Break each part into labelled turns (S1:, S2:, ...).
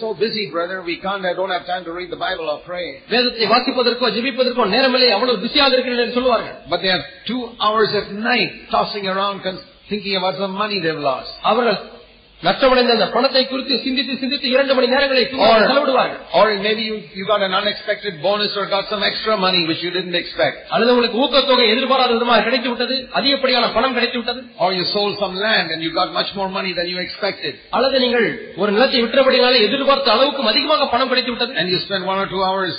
S1: so busy, brother, we can't, I don't have time to read the Bible or pray.
S2: வேதத்தை வாசிப்பதற்கோ ஜெபிப்பதற்கோ நேரமில்லை அவ்வளவு பிஸியாக இருக்கிறேன் என்று சொல்லுவார்கள்
S1: But they have two hours at night tossing around, cons- thinking about some money they've lost.
S2: அவர்கள் நஷ்டமடைந்த அந்த பணத்தை குறித்து சிந்தித்து சிந்தித்து இரண்டு மணி நேரங்களை தூங்குவதில் செலவிடுவார்கள்
S1: or maybe you, you got an unexpected bonus or got some extra money which you didn't expect.
S2: அல்லது உங்களுக்கு ஊக்கத்தொகை எதிர்பாராத விதமாக கிடைத்து விட்டது அதிகப்படியான பணம் கிடைத்து விட்டது
S1: Or you sold some land and you got much more money than you expected.
S2: அல்லது நீங்கள் ஒரு நிலத்தை விற்றபடினாலே எதிர்பார்த்த அளவுக்கும் அதிகமாக பணம் கிடைத்து விட்டது
S1: And you spend one or two hours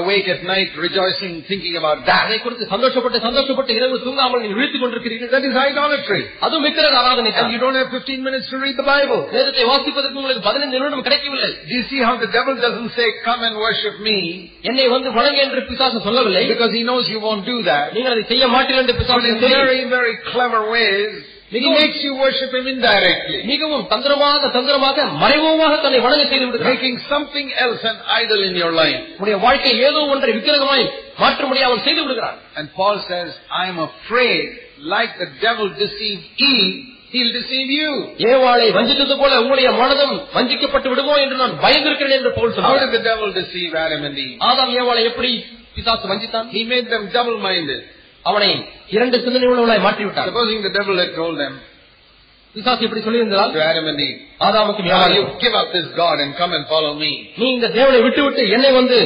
S1: awake at night rejoicing, thinking about that.
S2: அதை குறித்து சந்தோஷப்பட்டு சந்தோஷப்பட்டு இரவு தூங்காமல் நீங்கள் விழித்துக் கொண்டிருக்கிறீர்கள்
S1: That is idolatry.
S2: அதுவும் விக்கிரக ஆராதனை
S1: And you don't have 15 minutes to read the Bible.
S2: வேதத்தை வாசிப்பதற்கு உங்களுக்கு பதினைந்து நிமிடம் கிடைக்கவில்லை
S1: Do you see how the devil doesn't say, come and worship me?
S2: என்னை வந்து வணங்க என்று பிசாசு சொல்லவில்லை
S1: Because he knows you won't do that.
S2: நீங்கள் அதை செய்ய மாட்டீர்கள் என்று
S1: But
S2: பிசாசு
S1: in
S2: தெரியும்.
S1: very, very clever ways, he
S2: Because-
S1: makes you worship him indirectly.
S2: மிகவும் தந்திரமாக தந்திரமாக மறைமுகமாக தன்னை வணங்க செய்து விடுகிறார்
S1: Making something else an idol in your life.
S2: உடைய வாழ்க்கை ஏதோ ஒன்றை விக்கிரகமாய் மாற்றும்படி அவன் செய்து விடுகிறான்
S1: And Paul says, I am afraid, like the devil deceived Eve, he'll deceive you.
S2: ஏவாளை வஞ்சித்தது போல உங்களுடைய மனதும் வஞ்சிக்கப்பட்டு விடுமோ என்று நான் பயந்திருக்கிறேன் என்று பவுல்
S1: How
S2: சொன்னார்
S1: did the devil deceive Adam and Eve?
S2: ஆதாம் ஏவாளை எப்படி பிசாசு வஞ்சித்தான்
S1: He made them double-minded.
S2: அவனை இரண்டு சிந்தனை உள்ளவனாய் மாற்றிவிட்டார்
S1: Supposing the devil had told them,
S2: பிசாசு எப்படி சொல்லியிருந்தால்
S1: to Adam and Eve,
S2: ஆதாமுக்கும்
S1: now you
S2: ஏவாளையும்
S1: give up this God and come and follow me.
S2: நீ இந்த தேவனை விட்டுவிட்டு என்னை வந்து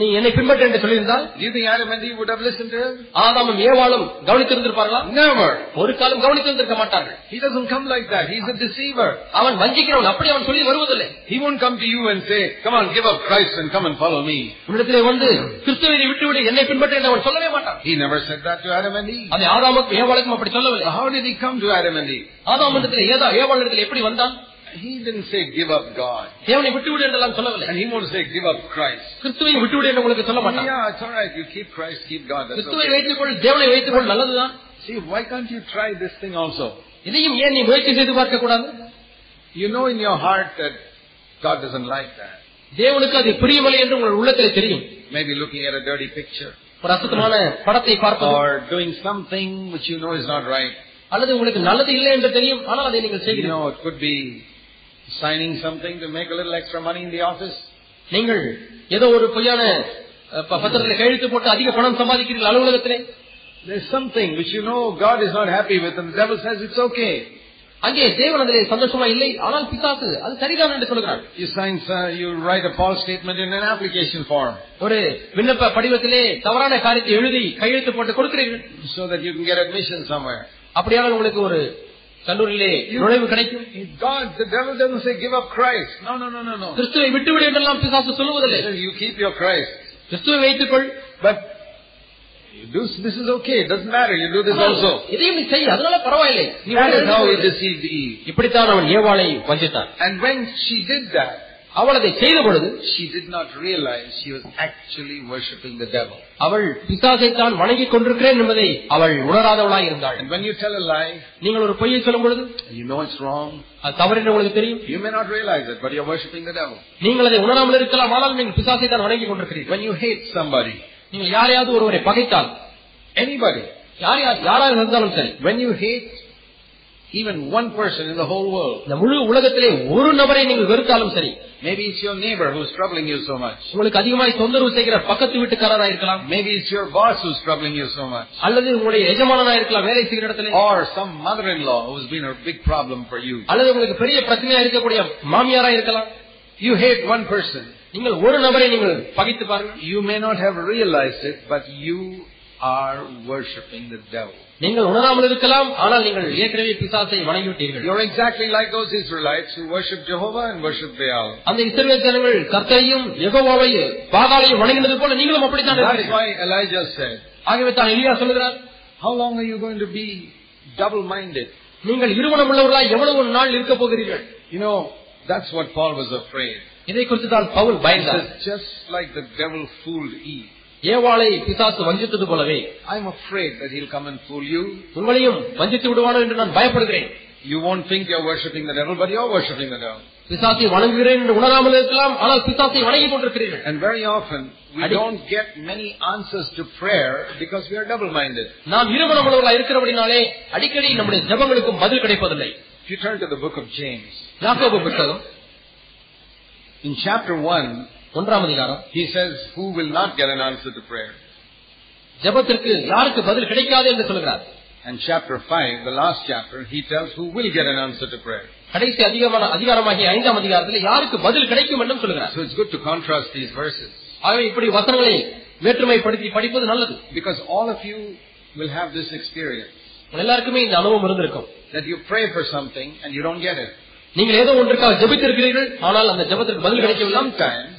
S2: நீ என்னை பின்பற்று என்று சொல்லியிருந்தால்
S1: Do you think Adam and Eve would have listened to him?
S2: ஆதாமும் ஏவாளும் கவனித்திருந்திருப்பார்களா
S1: Never.
S2: ஒரு காலம் கவனித்திருந்திருக்க மாட்டார்கள்
S1: He doesn't come like that. He's a deceiver.
S2: அவன் வஞ்சிக்கிறவன் அப்படி அவன் சொல்லி வருவதில்லை
S1: He won't come to you and say, come on, give up Christ and come and follow me.
S2: உன்னிடத்திலே வந்து கிறிஸ்துவை விட்டுவிடு என்னை பின்பற்று என்று அவன் சொல்லவே மாட்டான்
S1: He never said that to Adam and Eve.
S2: அதை ஆதாமுக்கும் ஏவாளுக்கும் அப்படி சொல்லவில்லை
S1: How did he come to Adam and Eve?
S2: ஆதாம் இடத்துல ஏதா ஏவாள் இடத்துல எப்படி வந்தான்
S1: He didn't say, give up God.
S2: தேவனை விட்டுவிடு என்றெல்லாம் சொல்லவில்லை
S1: And he won't say, give up Christ.
S2: கிறிஸ்துவை விட்டுவிடு என்று உங்களுக்கு சொல்ல மாட்டான்
S1: Yeah, it's alright. You keep Christ, keep God. That's
S2: கிறிஸ்துவை
S1: okay.
S2: வைத்துக்கொள் தேவனை வைத்துக்கொள் நல்லதுதான்
S1: See, why can't you try this thing also?
S2: இதையும் ஏன் நீ முயற்சி செய்து பார்க்க கூடாது
S1: You know in your heart that God doesn't like that.
S2: தேவனுக்கு அது பிரியவில்லை என்று உங்கள் உள்ளத்தில் தெரியும்
S1: Maybe looking at a dirty picture
S2: ஒரு அசுத்தமான படத்தை பார்ப்பது
S1: or doing something which you know is not right.
S2: அல்லது உங்களுக்கு நல்லது இல்லை என்று தெரியும் ஆனால் அதை நீங்கள்
S1: You
S2: செய்கிறீர்கள்
S1: know, it could be signing something to make a little extra money in the office.
S2: நீங்கள் ஏதோ ஒரு பொய்யான அஹ், ப- பத்திரத்தில் கையெழுத்து போட்டு அதிக பணம் சம்பாதிக்கிறீர்கள் அலுவலகத்திலே
S1: There's something which you know God is not happy with and the devil says it's okay.
S2: அங்கே தேவன் அதிலே சந்தோஷமா இல்லை ஆனால் பிசாசு அது சரிதான் என்று சொல்கிறார்
S1: You sign, uh, you write a false statement in an application form
S2: ஒரு விண்ணப்ப படிவத்திலே தவறான காரியத்தை எழுதி கையெழுத்து போட்டு கொடுக்கிறீர்கள்
S1: so that you can get admission somewhere.
S2: அப்படியானால் உங்களுக்கு ஒரு கல்லூரியிலே நுழைவு கிடைக்கும்
S1: If God, the devil doesn't say give up Christ. No, no, no, no, no.
S2: கிறிஸ்துவை விட்டுவிடு என்றெல்லாம் பிசாசு சொல்லுவதில்லை
S1: He says, You keep your Christ.
S2: கிறிஸ்துவை வைத்துக்கொள்
S1: But you do, this is okay. It doesn't matter. You do this also.
S2: இதையும் நீ செய் அதனால பரவாயில்லை நீ
S1: That is how he
S2: உன்னை
S1: deceived Eve.
S2: இப்படித்தான் அவன் ஏவாளை வஞ்சித்தான்
S1: And when she did that,
S2: அவள் அதை செய்த பொழுது
S1: she did not realize she was actually worshipping the devil.
S2: அவள் பிசாசை தான் வணங்கிக் கொண்டிருக்கிறேன் என்பதை அவள் உணராதவளாய் இருந்தாள்
S1: And when you tell a lie,
S2: நீங்கள் ஒரு பொய்யை சொல்லும் பொழுது
S1: and you know it's wrong.
S2: அது தவறு என்று உங்களுக்கு தெரியும்
S1: You may not realize it, but you're worshipping the devil.
S2: நீங்கள் அதை உணராமல் இருக்கலாம் ஆனால் நீங்கள் பிசாசை தான் வணங்கிக் கொண்டிருக்கிறீர்கள்
S1: When you hate somebody,
S2: நீங்கள் யாரையாவது ஒருவரை பகைத்தால்
S1: anybody,
S2: யார் யார் யாராக இருந்தாலும் சரி
S1: when you hate even one person in the whole world,
S2: இந்த முழு உலகத்திலே ஒரு நபரை நீங்கள் வெறுத்தாலும் சரி
S1: maybe it's your neighbor who's troubling you so much.
S2: உங்களுக்கு அதிகமாய் தொந்தரவு செய்கிற பக்கத்து வீட்டுக்காரராக இருக்கலாம்
S1: Maybe it's your boss who's troubling you so much.
S2: அல்லது உங்களுடைய எஜமானனா இருக்கலாம் வேலை செய்கிற இடத்துல
S1: Or some mother-in-law who's been a big problem for you.
S2: அல்லது உங்களுக்கு பெரிய பிரச்சனையா இருக்கக்கூடிய மாமியாரா இருக்கலாம்
S1: You hate one person.
S2: நீங்கள் ஒரு நபரை நீங்கள் பகைத்து பாருங்கள்
S1: You may not have realized it, but you are worshipping the devil.
S2: நீங்கள் உணராமல் இருக்கலாம் ஆனால் நீங்கள் ஏற்கனவே பிசாசை வணங்கிவிட்டீர்கள்
S1: You're exactly like those Israelites who worship Jehovah and worship Baal.
S2: அந்த இஸ்ரவேல் ஜனங்கள் கர்த்தரையும் யெகோவாவையும் பாகாலையும் வணங்கினது போல நீங்களும் அப்படித்தான்
S1: That's
S2: இருக்கிறீர்கள்.
S1: why Elijah said,
S2: ஆகவே தான் எலியா சொல்லுகிறார்
S1: How long are you going to be double-minded?
S2: நீங்கள் இருமணம் உள்ளவர்களாய் எவ்வளவு நாள் இருக்க போகிறீர்கள்
S1: You know, that's what Paul was afraid.
S2: இதை குறித்து தான் Pavul
S1: He
S2: பயந்தார்
S1: says, just like the devil fooled Eve,
S2: ஏவாளை பிசாசு வஞ்சித்தது போலவே
S1: I'm afraid that he'll come and fool you.
S2: உங்களையும் வஞ்சித்து விடுவானோ என்று நான் பயப்படுகிறேன்
S1: You won't think you're worshipping the devil, but you're worshipping the devil.
S2: பிசாசை வணங்குகிறேன் என்று உணராமல் இருக்கலாம் ஆனால் பிசாசை வணங்கிக் கொண்டிருக்கிறீர்கள்
S1: And very often, we
S2: Adi-
S1: don't get many answers to prayer because we are double-minded.
S2: நாம் இருமணம் உள்ளவர்களாக இருக்கிறபடினாலே அடிக்கடி நம்முடைய ஜெபங்களுக்கும் பதில் கிடைப்பதில்லை
S1: If you turn to the book of James,
S2: யாக்கோபு புத்தகம்
S1: In chapter 1,
S2: ஒன்றாம் அதிகாரம்
S1: he says, Who will not get an answer to prayer?
S2: ஜெபத்திற்கு யாருக்கு பதில் கிடைக்காது என்று சொல்கிறார்
S1: And chapter 5, the last chapter, he tells who will get an answer to prayer.
S2: கடைசி அதிகமான அதிகாரமாகிய ஐந்தாம் அதிகாரத்தில் யாருக்கு பதில் கிடைக்கும் என்றும் சொல்கிறார்
S1: So it's good to contrast these verses.
S2: ஆகவே இப்படி வசனங்களை வேற்றுமைப்படுத்தி படிப்பது நல்லது
S1: Because all of you will have this experience
S2: உங்கள் எல்லாருக்குமே இந்த அனுபவம் இருந்திருக்கும்
S1: that you pray for something and you don't get it.
S2: நீங்கள் ஏதோ ஒன்றுக்காக ஜெபித்திருக்கிறீர்கள் ஆனால் அந்த ஜெபத்திற்கு பதில் கிடைக்கவில்லை
S1: Sometimes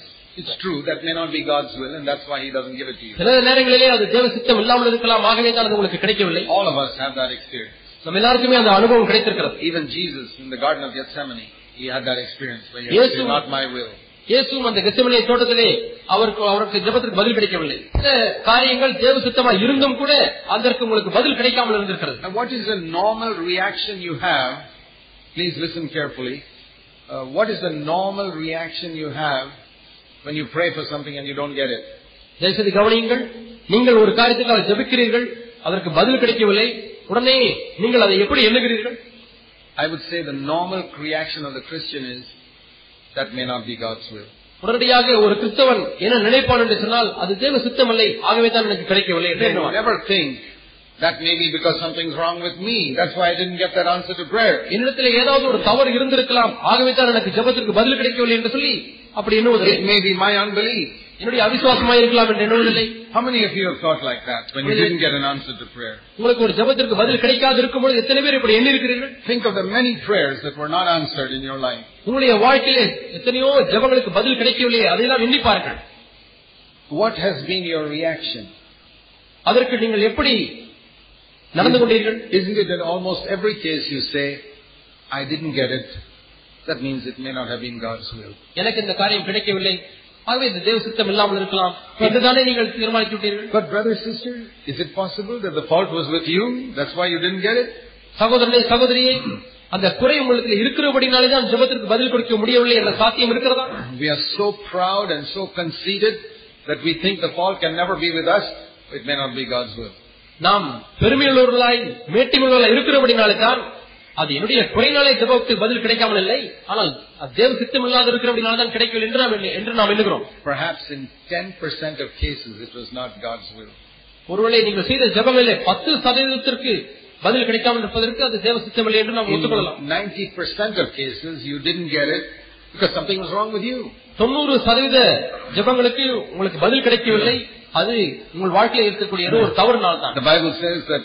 S1: it's true that may not be God's will and that's why he doesn't give it to you.
S2: சில நேரங்களிலே அது தேவ சித்தம் இல்லாமல் இருக்கலாம் ஆகவே தான் அது உங்களுக்கு கிடைக்கவில்லை
S1: All of us have that experience.
S2: நம்ம எல்லாருக்குமே அந்த அனுபவம் கிடைத்திருக்கிறது
S1: Even Jesus in the Garden of Gethsemane, he had that experience where he
S2: Yes,
S1: said,
S2: sir.
S1: not my will.
S2: இயேசுவும் அந்த கெசமனிய தோட்டத்திலே அவருக்கு அவருக்கு ஜெபத்திற்கு பதில் கிடைக்கவில்லை சில காரியங்கள் தேவ சித்தமா இருந்தும் கூட அதற்கு உங்களுக்கு பதில் கிடைக்காமல் இருந்திருக்கிறது
S1: And what is the normal reaction you have? Please listen carefully. Uh, what is the normal reaction you have when you pray for something and you don't get it?
S2: தயவுசெய்து கவனியுங்கள் நீங்கள் ஒரு காரியத்துக்காக ஜெபிக்கிறீர்கள் அதற்கு பதில் கிடைக்கவில்லை உடனே நீங்கள் அதை எப்படி எண்ணுகிறீர்கள்
S1: I would say the normal reaction of the Christian is, that may not be God's will.
S2: உடனடியாக ஒரு கிறிஸ்தவன் என்ன நினைப்பான் என்று சொன்னால் அது தேவ சித்தமில்லை ஆகவே தான் எனக்கு கிடைக்கவில்லை என்று
S1: They
S2: எண்ணுவான்.
S1: never think, that may be because something's wrong with me. That's why I didn't get that answer to prayer.
S2: என்னிடத்தில் ஏதாவது ஒரு தவறு இருந்திருக்கலாம் ஆகவே தான் எனக்கு ஜெபத்திற்கு பதில் கிடைக்கவில்லை என்று சொல்லி அப்படி எண்ணுவதில்லை
S1: It may be my unbelief.
S2: என்னுடைய அவிசுவாசமாக இருக்கலாம் என்று எண்ணுவதில்லை
S1: How many of you have thought like that when you didn't get an answer to prayer?
S2: உங்களுக்கு ஒரு ஜெபத்திற்கு பதில் கிடைக்காது இருக்கும்போது எத்தனை பேர் இப்படி எண்ணி இருக்கிறீர்கள்
S1: Think of the many prayers that were not answered in your life.
S2: உங்களுடைய வாழ்க்கையிலே எத்தனையோ ஜெபங்களுக்கு பதில் கிடைக்கவில்லை அதையெல்லாம் எண்ணிப்பார்கள்
S1: What has been your reaction?
S2: அதற்கு நீங்கள் எப்படி நடந்து கொண்டீர்கள்
S1: Isn't it in almost every case you say, I didn't get it? That means it may not have been God's will.
S2: எனக்கு இந்த காரியம் கிடைக்கவில்லை ஆகவே இந்த தேவ சித்தம் இல்லாமல் இருக்கலாம் என்றுதானே நீங்கள் தீர்மானித்து விட்டீர்கள்
S1: But brother, sister, is it possible that the fault was with you? That's why you didn't get it?
S2: சகோதரனே சகோதரியே அந்த குறை உங்களுக்கு இருக்கிறபடினாலே தான் ஜெபத்திற்கு பதில் கொடுக்க முடியவில்லை என்ற சாத்தியம் இருக்கிறதா
S1: We are so proud and so conceited that we think the fault can never be with us. It may not be God's will.
S2: நாம் பெருமையுள்ளவர்களாய் மேட்டிமையுள்ளவர்களாய் இருக்கிறபடினாலே தான் அது என்னுடைய குறைனாலே ஜெபத்துக்கு பதில் கிடைக்காமல் இல்லை ஆனால் அது தேவ சித்தம் இல்லாத இருக்கிறபடினால தான் கிடைக்கவில்லை என்று நாம் எண்ணு- என்று நாம் எண்ணுகிறோம்
S1: Perhaps in 10% of cases it was not God's will.
S2: ஒருவேளை நீங்கள் செய்த ஜெபங்களிலே பத்து சதவீதத்திற்கு பதில் கிடைக்காமல் இருப்பதற்கு அது தேவ சித்தம் இல்லை என்று நாம்
S1: In
S2: ஒத்துக்கொள்ளலாம்
S1: 90% of cases you didn't get it because something was wrong with you.
S2: தொண்ணூறு சதவீத ஜெபங்களுக்கு உங்களுக்கு பதில் கிடைக்கவில்லை அது உங்கள் வாழ்க்கையில் இருக்கக்கூடிய ஏதோ ஒரு தவறுனால்
S1: The
S2: தான்
S1: Bible says that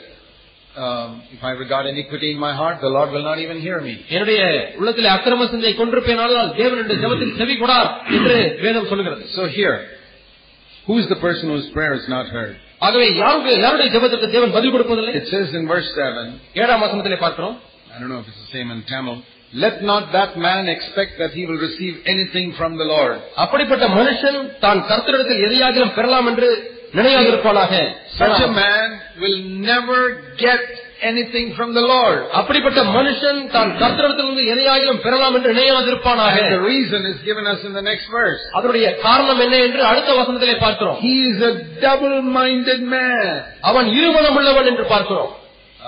S1: um, if I regard iniquity in my heart, the Lord will not even hear me.
S2: என்னுடைய உள்ளத்திலே அக்கிரம சிந்தை கொண்டிருப்பேனால் தேவன் என்ற ஜெபத்தில் செவி கொடார் என்று வேதம் சொல்லுகிறது
S1: So here, who is the person whose prayer is not heard?
S2: ஆகவே யாருக்கு யாருடைய ஜெபத்திற்கு தேவன் பதில் கொடுப்பதில்லை
S1: It says in verse 7,
S2: ஏழாம் வசனத்திலே பார்க்கிறோம்
S1: I don't know if it's the same in Tamil, let not that man expect that he will receive anything from the Lord.
S2: அப்படிப்பட்ட மனுஷன் தான் கர்த்தரிடத்தில் எதையாகிலும் பெறலாம் என்று நினையாக இருப்பானாக
S1: Such a man will never get anything from the Lord.
S2: அப்படிப்பட்ட மனுஷன் தான் கர்த்தரிடத்திலிருந்து எதையாகிலும் பெறலாம் என்று நினையாதிருப்பானாக
S1: And the reason is given us in the next verse.
S2: அதனுடைய காரணம் என்ன என்று அடுத்த வசனத்திலே பார்க்கிறோம்
S1: He is a double-minded man.
S2: அவன் இருமனம் உள்ளவன் என்று பார்க்கிறோம்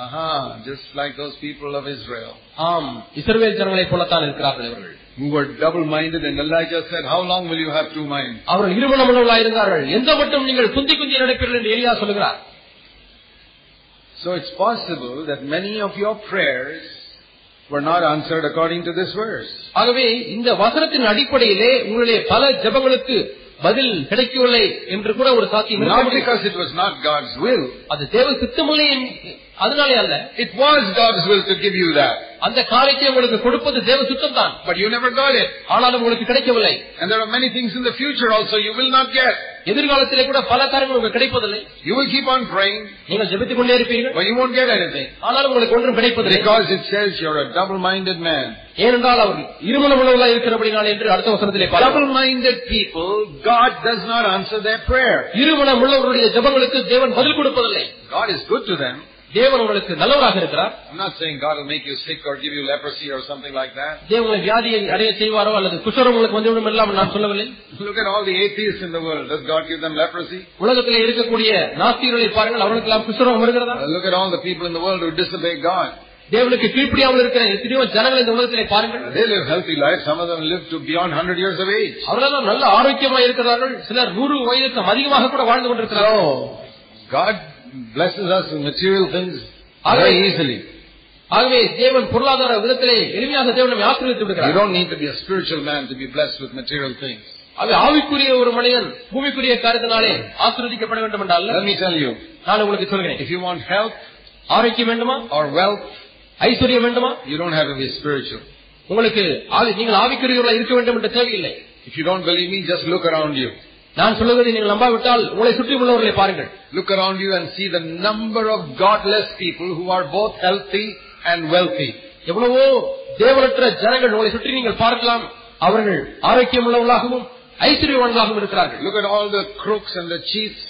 S1: Aha, just like those people of Israel.
S2: ஆம் இஸ்ரவேல் ஜனங்களை போலத்தான் இருக்கிறார்கள் இவர்கள்
S1: who were double-minded and Elijah said, how long will you have two minds?
S2: அவர்கள் இருமனம் உள்ளவர்களாக இருந்தார்கள் எந்த மட்டும் நீங்கள் குந்தி குந்தி நடப்பீர்கள் என்று எளியா சொல்கிறார்
S1: So it's possible that many of your prayers were not answered according to this verse.
S2: ஆகவே இந்த வசனத்தின் அடிப்படையிலே உங்களுடைய பல ஜெபங்களுக்கு பதில் கிடைக்கவில்லை என்று கூட ஒரு சாத்தியம் இருக்க
S1: Not
S2: முடியும்.
S1: because it was not God's will.
S2: அது தேவ சித்தமில்லை என்று- அதனாலே அல்ல
S1: It was God's will to give you that.
S2: அந்த காரியத்தை உங்களுக்கு கொடுப்பது தேவ சித்தம் தான்
S1: But you never got it.
S2: ஆனாலும் உங்களுக்கு கிடைக்கவில்லை
S1: And there are many things in the future also you will not get.
S2: எதிர்காலத்திலே கூட பல காரியங்கள் உங்களுக்கு கிடைப்பதில்லை
S1: You will keep on praying,
S2: நீங்கள் ஜெபித்துக் கொண்டே இருப்பீர்கள்
S1: but you won't get anything.
S2: ஆனாலும் உங்களுக்கு ஒன்றும் கிடைப்பதில்லை
S1: Because it says you're a double-minded man.
S2: ஏனென்றால் அவர் இருமணமுள்ளவர்களாக இருக்கிறபடினால் என்று அடுத்த வசனத்திலே பார்க்கிறோம்
S1: Double-minded people, God does not answer their prayer.
S2: இருமணம் உள்ளவருடைய ஜெபங்களுக்கு தேவன் பதில் கொடுப்பதில்லை
S1: God is good to them,
S2: தேவன் உங்களுக்கு நல்லவராக இருக்கிறார்
S1: I'm not saying God will make you sick or give you leprosy or something like that.
S2: தேவன் உங்களை வியாதியை அடைய செய்வாரோ அல்லது குஷரம் உங்களுக்கு வந்துவிடும் எல்லாம் நான் சொல்லவில்லை
S1: Look at all the atheists in the world. Does God give them leprosy?
S2: உலகத்திலே இருக்கக்கூடிய நாஸ்திகளை பாருங்கள் அவர்களுக்கெல்லாம் குஷரம் வருகிறதா
S1: Uh, Look at all the people in the world who disobey God.
S2: தேவனுக்கு கீழ்ப்படியாமல் இருக்கிற எத்தனையோ ஜனங்கள் இந்த உலகத்திலே பாருங்கள்
S1: They live healthy lives. Some of them live to beyond 100 years of age.
S2: அவர்களெல்லாம் நல்ல ஆரோக்கியமாக இருக்கிறார்கள் சிலர் நூறு வயதுக்கு அதிகமாக கூட வாழ்ந்து கொண்டிருக்கிறார்கள்
S1: So, God blesses us with material things very easily.
S2: ஆகவே தேவன் பொருளாதார விதத்திலே எளிமையாக தேவன் நம்மை ஆசீர்வதித்து
S1: You
S2: விடுகிறார்
S1: don't need to be a spiritual man to be blessed with material things.
S2: ஆகவே ஆவிக்குரிய ஒரு மனிதன் பூமிக்குரிய காரியத்தினாலே ஆசீர்வதிக்கப்பட வேண்டும் என்றால்
S1: Let me tell you,
S2: நான் உங்களுக்கு சொல்கிறேன்
S1: if you want health
S2: ஆரோக்கியம் வேண்டுமா
S1: or wealth,
S2: ஐஸ்வர்யம் வேண்டுமா
S1: you don't have to be spiritual.
S2: உங்களுக்கு ஆவி- நீங்கள் ஆவிக்குரியவர்களாக இருக்க வேண்டும் என்ற தேவையில்லை
S1: If you don't believe me, just look around you.
S2: நான் சொல்லுவதை நீங்கள் நம்பாவிட்டால் உங்களை சுற்றி உள்ளவர்களை பாருங்கள்
S1: Look around you and see the number of godless people who are both healthy and wealthy.
S2: எவ்வளவோ தேவனற்ற ஜனங்கள் உங்களை சுற்றி நீங்கள் பார்க்கலாம் அவர்கள் ஆரோக்கியம் உள்ளவர்களாகவும் ஐஸ்வர்யவான்களாகவும் இருக்கிறார்கள்
S1: Look at all the crooks and the cheats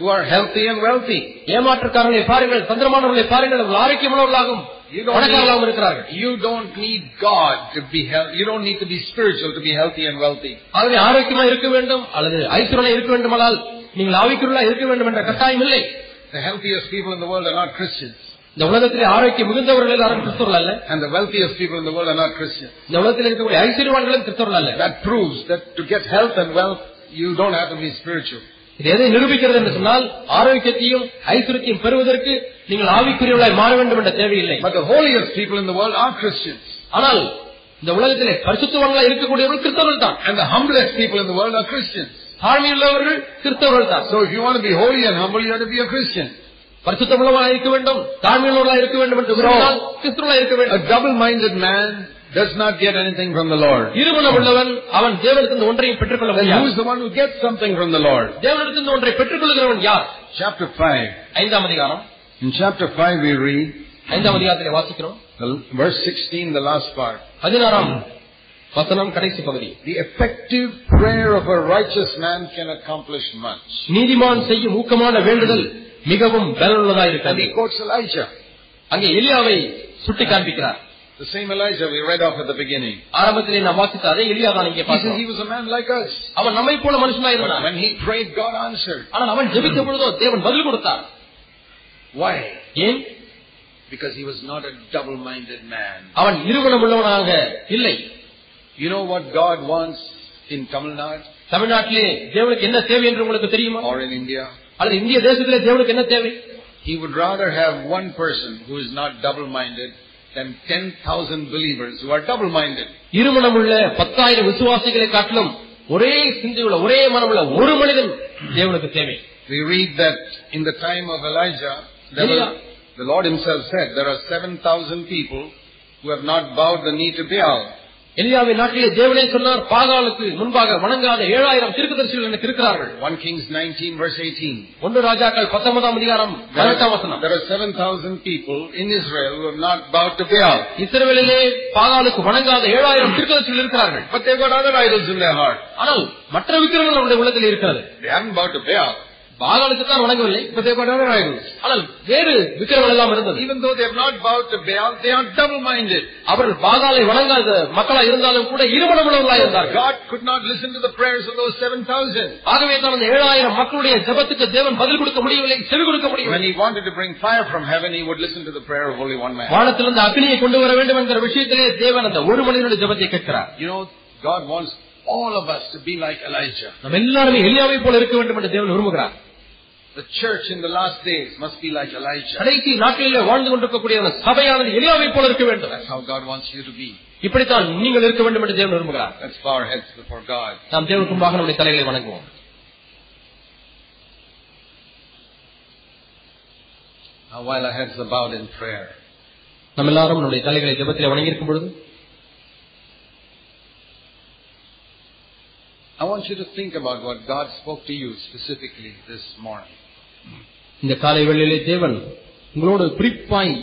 S1: who are healthy and wealthy.
S2: ஏமாற்றுக்காரர்களை பாருங்கள் தந்திரமானவர்களை பாருங்கள் அவர்கள் ஆரோக்கியம் உள்ளவர்களாகவும்
S1: You don't
S2: பணக்காரர்களாகவும் இருக்கிறார்கள்
S1: need, you don't need God to be healthy. You don't need to be spiritual to be healthy and wealthy.
S2: ஆகவே ஆரோக்கியமா இருக்க வேண்டும் அல்லது ஐஸ்வர்யா இருக்க வேண்டுமானால் நீங்கள் ஆவிக்குள்ளா இருக்க வேண்டும் என்ற கட்டாயம் இல்லை
S1: The healthiest people in the world are not Christians.
S2: இந்த உலகத்திலே ஆரோக்கியம் மிகுந்தவர்கள் எல்லாரும் கிறிஸ்தவர்கள் அல்ல
S1: And the wealthiest people in the world are not Christians.
S2: இந்த உலகத்தில் இருக்கக்கூடிய ஐஸ்வர்யவான்களும் கிறிஸ்தவர்கள் அல்ல
S1: That proves that to get health and wealth, you don't have to be spiritual.
S2: இது எதை நிரூபிக்கிறது என்று சொன்னால் ஆரோக்கியத்தையும் ஐஸ்வர்யத்தையும் பெறுவதற்கு நீங்கள் ஆவிக்குரியவர்களாய் மாற வேண்டும் என்ற தேவையில்லை
S1: But the holiest people in the world are Christians.
S2: ஆனால் இந்த உலகத்திலே பரிசுத்தவான்களாய் இருக்கக்கூடியவர்கள் கிறிஸ்தவர்கள் தான்
S1: And the humblest people in the world are Christians.
S2: தாழ்மையுள்ளவர்கள் கிறிஸ்தவர்கள் தான்
S1: So if you want to be holy and humble, you have to be a Christian.
S2: பரிசுத்தமுள்ளவர்களாக இருக்க வேண்டும் தாழ்மையுள்ளவர்களாக இருக்க வேண்டும் என்று விரும்பினால் கிறிஸ்தவர்களாய் இருக்க வேண்டும்
S1: A double-minded man does not get anything from the Lord.
S2: இருமனம் உள்ளவன் அவன் தேவனிடத்திலிருந்து ஒன்றையும் பெற்றுக்கொள்ள
S1: Then who
S2: முடியாது
S1: is the one who gets something from the Lord?
S2: தேவனிடத்திலிருந்து ஒன்றை பெற்றுக்கொள்கிறவன் யார்
S1: Chapter 5.
S2: ஐந்தாம் அதிகாரம்
S1: In chapter 5 we read,
S2: ஐந்தாம் அதிகாரத்திலே வாசிக்கிறோம்
S1: the- verse 16, the last part.
S2: பதினாறாம் வசனம் கடைசி பகுதி
S1: The effective prayer of a righteous man can accomplish much.
S2: நீதிமான் செய்யும் ஊக்கமான வேண்டுதல் மிகவும் பலனுள்ளதாக
S1: And
S2: இருக்கிறது
S1: he quotes Elijah.
S2: அங்கே எலியாவை சுட்டி காண்பிக்கிறார்
S1: The same Elijah we read off at the beginning.
S2: ஆரம்பத்திலே நாம் வாசித்த அதே எலியா தான் இங்கே
S1: He says
S2: பார்க்கிறோம்
S1: he was a man like us.
S2: அவன் நம்மை போல மனுஷனா
S1: But
S2: இருந்தான்
S1: when he prayed, God answered.
S2: ஆனால் அவன் ஜெபித்த பொழுதோ தேவன் பதில் கொடுத்தார்
S1: Why?
S2: ஏன்
S1: Because he was not a double-minded man.
S2: அவன் இருகுணம் உள்ளவனாக இல்லை
S1: You know what God wants in Tamil Nadu
S2: தமிழ்நாட்டிலே தேவனுக்கு என்ன தேவை என்று உங்களுக்கு தெரியுமா
S1: or in India?
S2: அல்லது இந்திய தேசத்திலே தேவனுக்கு என்ன தேவை
S1: He would rather have one person who is not double-minded than 10,000 believers who are double-minded.
S2: இருமணம் உள்ள பத்தாயிரம் விசுவாசிகளை காட்டிலும் ஒரே சிந்தையுள்ள ஒரே மனமுள்ள ஒரு மனிதன் தேவனுக்கு தேவை
S1: We read that in the time of Elijah, there
S2: Elijah.
S1: were, the Lord himself said, there are 7,000 people who have not bowed the knee to Baal.
S2: எலியாவின் நாட்டிலே தேவனே சொன்னார் பாகாலுக்கு முன்பாக வணங்காத ஏழாயிரம் தீர்க்கதரிசிகள் எனக்கு இருக்கிறார்கள்
S1: 1 Kings 19 verse 18.
S2: ஒன்று ராஜாக்கள் பத்தொன்பதாம் அதிகாரம்
S1: There
S2: பதினெட்டாம்
S1: are,
S2: வசனம்
S1: there are 7,000 people in Israel who have not bowed to Baal.
S2: இஸ்ரவேலிலே பாகாலுக்கு வணங்காத ஏழாயிரம் தீர்க்கதரிசிகள் இருக்கிறார்கள்
S1: But they've got other idols in their heart.
S2: ஆனால் மற்ற விக்கிரமங்கள் அவருடைய உள்ளத்தில் இருக்கிறது
S1: They haven't bowed to Baal.
S2: பாகாலுக்கு தான் வணங்கவில்லை
S1: But they've got other idols.
S2: ஆனால் வேறு விக்கிரமங்கள் எல்லாம் இருந்தது
S1: Even though they have not bowed to Baal, they are double-minded.
S2: அவர்கள் பாகாலை வணங்காத மக்களா இருந்தாலும் கூட இருமணமுள்ளவர்களா இருந்தார்கள்
S1: God could not listen to the prayers of those 7,000.
S2: ஆகவே தான் அந்த ஏழாயிரம் மக்களுடைய ஜெபத்துக்கு தேவன் பதில் கொடுக்க முடியவில்லை செவி கொடுக்க
S1: When
S2: முடியவில்லை
S1: he wanted to bring fire from heaven, he would listen to the prayer of only one man.
S2: வானத்திலிருந்து அக்னியை கொண்டு வர வேண்டும் என்கிற விஷயத்திலே தேவன் அந்த ஒரு மனிதனுடைய ஜெபத்தை கேட்கிறார்
S1: You know, God wants all of us to be like Elijah.
S2: நம்ம எல்லாருமே எலியாவை போல இருக்க வேண்டும் என்று தேவன் விரும்புகிறார்
S1: The church in the last days must be like Elijah.
S2: கடைசி நாட்களிலே வாழ்ந்து கொண்டிருக்கக்கூடிய அந்த சபையானது எலியாவை போல இருக்க வேண்டும்
S1: That's how God wants you to be.
S2: இப்படித்தான் நீங்கள் இருக்க வேண்டும் என்று தேவன் விரும்புகிறார்
S1: Let's bow our heads before God.
S2: நாம் தேவனுக்கு முன்பாக நம்முடைய தலைகளை வணங்குவோம்
S1: Now, while our heads are bowed in prayer,
S2: நம்ம எல்லாரும் நம்முடைய தலைகளை ஜெபத்திலே வணங்கியிருக்கும் பொழுது
S1: I want you to think about what God spoke to you specifically this morning.
S2: இந்த காலை வேளையிலே தேவன் உங்களோடு குறிப்பாய்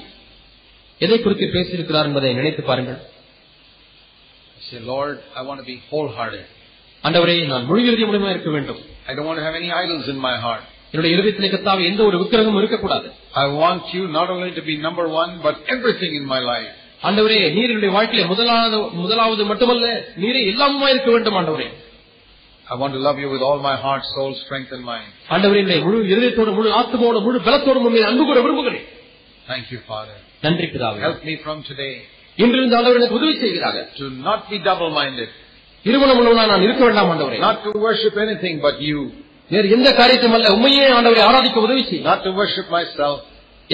S2: எதை குறித்து பேசியிருக்கிறார் என்பதை நினைத்து பாருங்கள்
S1: Say, Lord, I want to be wholehearted.
S2: ஆண்டவரே நான் முழு இறுதி மூலமா இருக்க வேண்டும்
S1: I don't want to have any idols in my heart.
S2: என்னுடைய இருதயத்திலே கத்தாவே எந்த ஒரு விக்கிரகமும் இருக்கக்கூடாது
S1: I want you not only to be number one, but everything in my life.
S2: ஆண்டவரே நீர் என்னுடைய வாழ்க்கையிலே முதலாவது முதலாவது மட்டுமல்ல நீரே எல்லாமுமா இருக்க வேண்டும் ஆண்டவரே
S1: I want to love you with all my heart, soul, strength, and mind.
S2: ஆண்டவரே என்னுடைய முழு இருதயத்தோடு முழு ஆத்மாவோடு முழு பலத்தோடு உண்மையை அன்பு கூற விரும்புகிறேன்
S1: Thank you, Father.
S2: நன்றி பிதாவே
S1: Help me from today
S2: இன்றிருந்து ஆண்டவர் எனக்கு உதவி செய்கிறாங்க
S1: to not be double-minded,
S2: இருமணம் உள்ளவனா நான் இருக்க வேண்டாம் ஆண்டவரே
S1: not to worship anything but you,
S2: வேறு எந்த காரியத்தையும் அல்ல உண்மையே ஆண்டவரை ஆராதிக்க உதவி செய்யும்
S1: not to worship myself,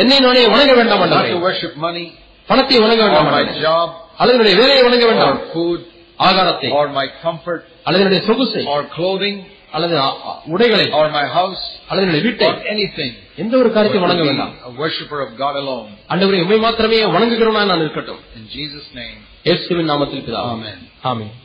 S2: என்னை நானே வணங்க வேண்டாம்
S1: not
S2: ஆண்டவரே
S1: to worship money
S2: பணத்தை வணங்க
S1: or
S2: வேண்டாம்
S1: my
S2: ஆண்டவரே.
S1: job
S2: அல்லது என்னுடைய வேலையை வணங்க வேண்டாம்
S1: or food
S2: ஆகாரத்தை
S1: or my comfort
S2: அல்லது என்னுடைய சொகுசை
S1: or clothing
S2: அல்லது அ- அ- உடைகளை
S1: or my house
S2: அல்லது என்னுடைய வீட்டை
S1: or anything.
S2: எந்த ஒரு
S1: But to
S2: காரியத்தையும் வணங்க வேண்டாம்
S1: be a worshiper of God alone.
S2: ஆண்டவரே உண்மை மாத்திரமே வணங்குகிறவனா நான் இருக்கட்டும்
S1: In Jesus' name,
S2: இயேசுவின் நாமத்தில் பிதாவே
S1: Amen.
S2: ஆமென்